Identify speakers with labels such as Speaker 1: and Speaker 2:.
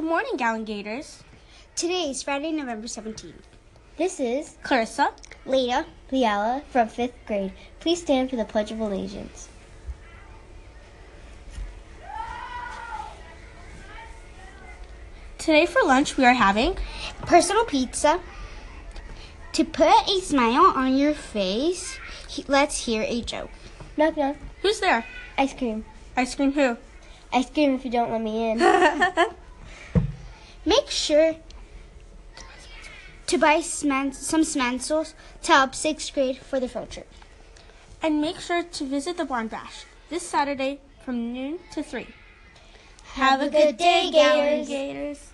Speaker 1: morning, Gown Gators.
Speaker 2: Today is Friday, November 17th.
Speaker 3: This is
Speaker 1: Clarissa,
Speaker 2: Leda,
Speaker 3: Liala from fifth grade. Please stand for the Pledge of Allegiance.
Speaker 1: today for lunch we are having
Speaker 2: personal pizza. To put a smile on your face, he- let's hear a joke.
Speaker 3: Knock knock.
Speaker 1: who's there?
Speaker 3: Ice cream.
Speaker 1: Ice cream who?
Speaker 3: Ice cream if you don't let me in.
Speaker 2: Make sure to buy smen- some smansels to help sixth grade for the field trip.
Speaker 1: and make sure to visit the Barn Bash this Saturday from noon to 3. Have,
Speaker 2: a good day, Gown
Speaker 1: Gators.